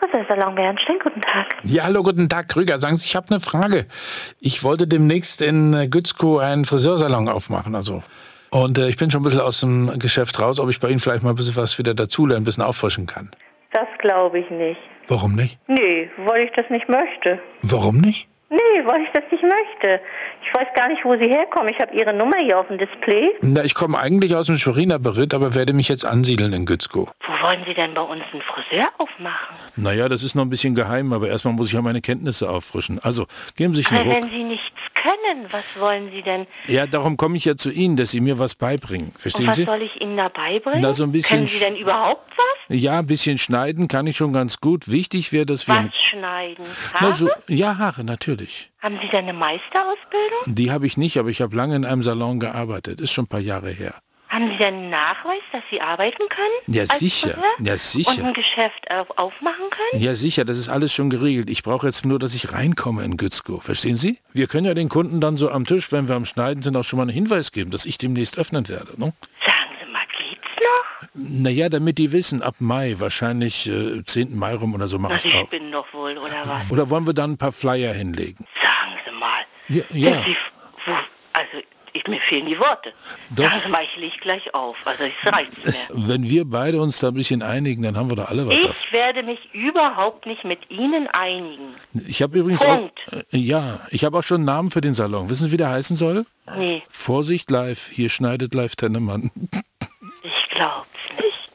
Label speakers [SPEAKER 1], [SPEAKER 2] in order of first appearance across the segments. [SPEAKER 1] Friseursalon Bernstein, guten Tag.
[SPEAKER 2] Ja, hallo, guten Tag, Krüger. Sagen Sie, ich habe eine Frage. Ich wollte demnächst in äh, Gützkow einen Friseursalon aufmachen, also. Und äh, ich bin schon ein bisschen aus dem Geschäft raus, ob ich bei Ihnen vielleicht mal ein bisschen was wieder dazulernen, ein bisschen auffrischen kann.
[SPEAKER 1] Das glaube ich nicht.
[SPEAKER 2] Warum nicht?
[SPEAKER 1] Nee, weil ich das nicht möchte.
[SPEAKER 2] Warum nicht?
[SPEAKER 1] Nee, weil ich das nicht möchte. Ich weiß gar nicht, wo Sie herkommen. Ich habe Ihre Nummer hier auf dem Display.
[SPEAKER 2] Na, ich komme eigentlich aus dem Schweriner Beritt, aber werde mich jetzt ansiedeln in Gützkow.
[SPEAKER 1] Wo wollen Sie denn bei uns einen Friseur aufmachen?
[SPEAKER 2] Naja, das ist noch ein bisschen geheim, aber erstmal muss ich ja meine Kenntnisse auffrischen. Also, geben Sie sich
[SPEAKER 1] Aber
[SPEAKER 2] einen
[SPEAKER 1] wenn
[SPEAKER 2] Ruck.
[SPEAKER 1] Sie nichts können, was wollen Sie denn?
[SPEAKER 2] Ja, darum komme ich ja zu Ihnen, dass Sie mir was beibringen.
[SPEAKER 1] Und
[SPEAKER 2] Verstehen
[SPEAKER 1] was
[SPEAKER 2] Sie?
[SPEAKER 1] soll ich Ihnen dabei bringen?
[SPEAKER 2] Na, so ein bisschen
[SPEAKER 1] können Sie denn überhaupt was?
[SPEAKER 2] Ja, ein bisschen schneiden kann ich schon ganz gut. Wichtig wäre, dass wir...
[SPEAKER 1] Was schneiden? Haare?
[SPEAKER 2] Na, so, ja, Haare, natürlich.
[SPEAKER 1] Haben Sie denn eine Meisterausbildung?
[SPEAKER 2] Die habe ich nicht, aber ich habe lange in einem Salon gearbeitet. Ist schon ein paar Jahre her.
[SPEAKER 1] Haben Sie denn einen Nachweis, dass Sie arbeiten können?
[SPEAKER 2] Ja,
[SPEAKER 1] als
[SPEAKER 2] sicher.
[SPEAKER 1] Friseur?
[SPEAKER 2] Ja, sicher.
[SPEAKER 1] Und ein Geschäft auf aufmachen können?
[SPEAKER 2] Ja, sicher, das ist alles schon geregelt. Ich brauche jetzt nur, dass ich reinkomme in Gützkow. Verstehen Sie? Wir können ja den Kunden dann so am Tisch, wenn wir am Schneiden sind, auch schon mal einen Hinweis geben, dass ich demnächst öffnen werde. Ne?
[SPEAKER 1] Sagen Sie mal, geht's noch?
[SPEAKER 2] Naja, damit die wissen, ab Mai, wahrscheinlich äh, 10. Mai rum oder so mache
[SPEAKER 1] Also
[SPEAKER 2] ich
[SPEAKER 1] ich
[SPEAKER 2] auf.
[SPEAKER 1] bin doch wohl, oder was?
[SPEAKER 2] Oder wollen wir dann ein paar Flyer hinlegen?
[SPEAKER 1] Sagen Sie mal.
[SPEAKER 2] Ja, ja.
[SPEAKER 1] Sind Sie, wo, also, ich, mir fehlen die Worte.
[SPEAKER 2] Doch.
[SPEAKER 1] Sagen Sie mal, ich leg gleich auf. Also, es reicht mir.
[SPEAKER 2] Wenn wir beide uns da ein bisschen einigen, dann haben wir da alle was davon.
[SPEAKER 1] Ich werde mich überhaupt nicht mit Ihnen einigen.
[SPEAKER 2] Ich habe übrigens
[SPEAKER 1] Punkt.
[SPEAKER 2] auch... Äh, ja, ich habe auch schon einen Namen für den Salon. Wissen Sie, wie der heißen soll?
[SPEAKER 1] Nee,
[SPEAKER 2] Vorsicht live, hier schneidet live Tennemann.
[SPEAKER 1] ich glaub's nicht.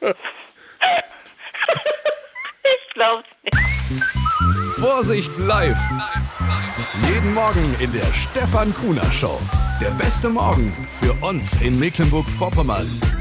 [SPEAKER 1] ich glaub's nicht.
[SPEAKER 3] Vorsicht live. Jeden Morgen in der Stefan Kuhner Show. Der beste Morgen für uns in Mecklenburg-Vorpommern.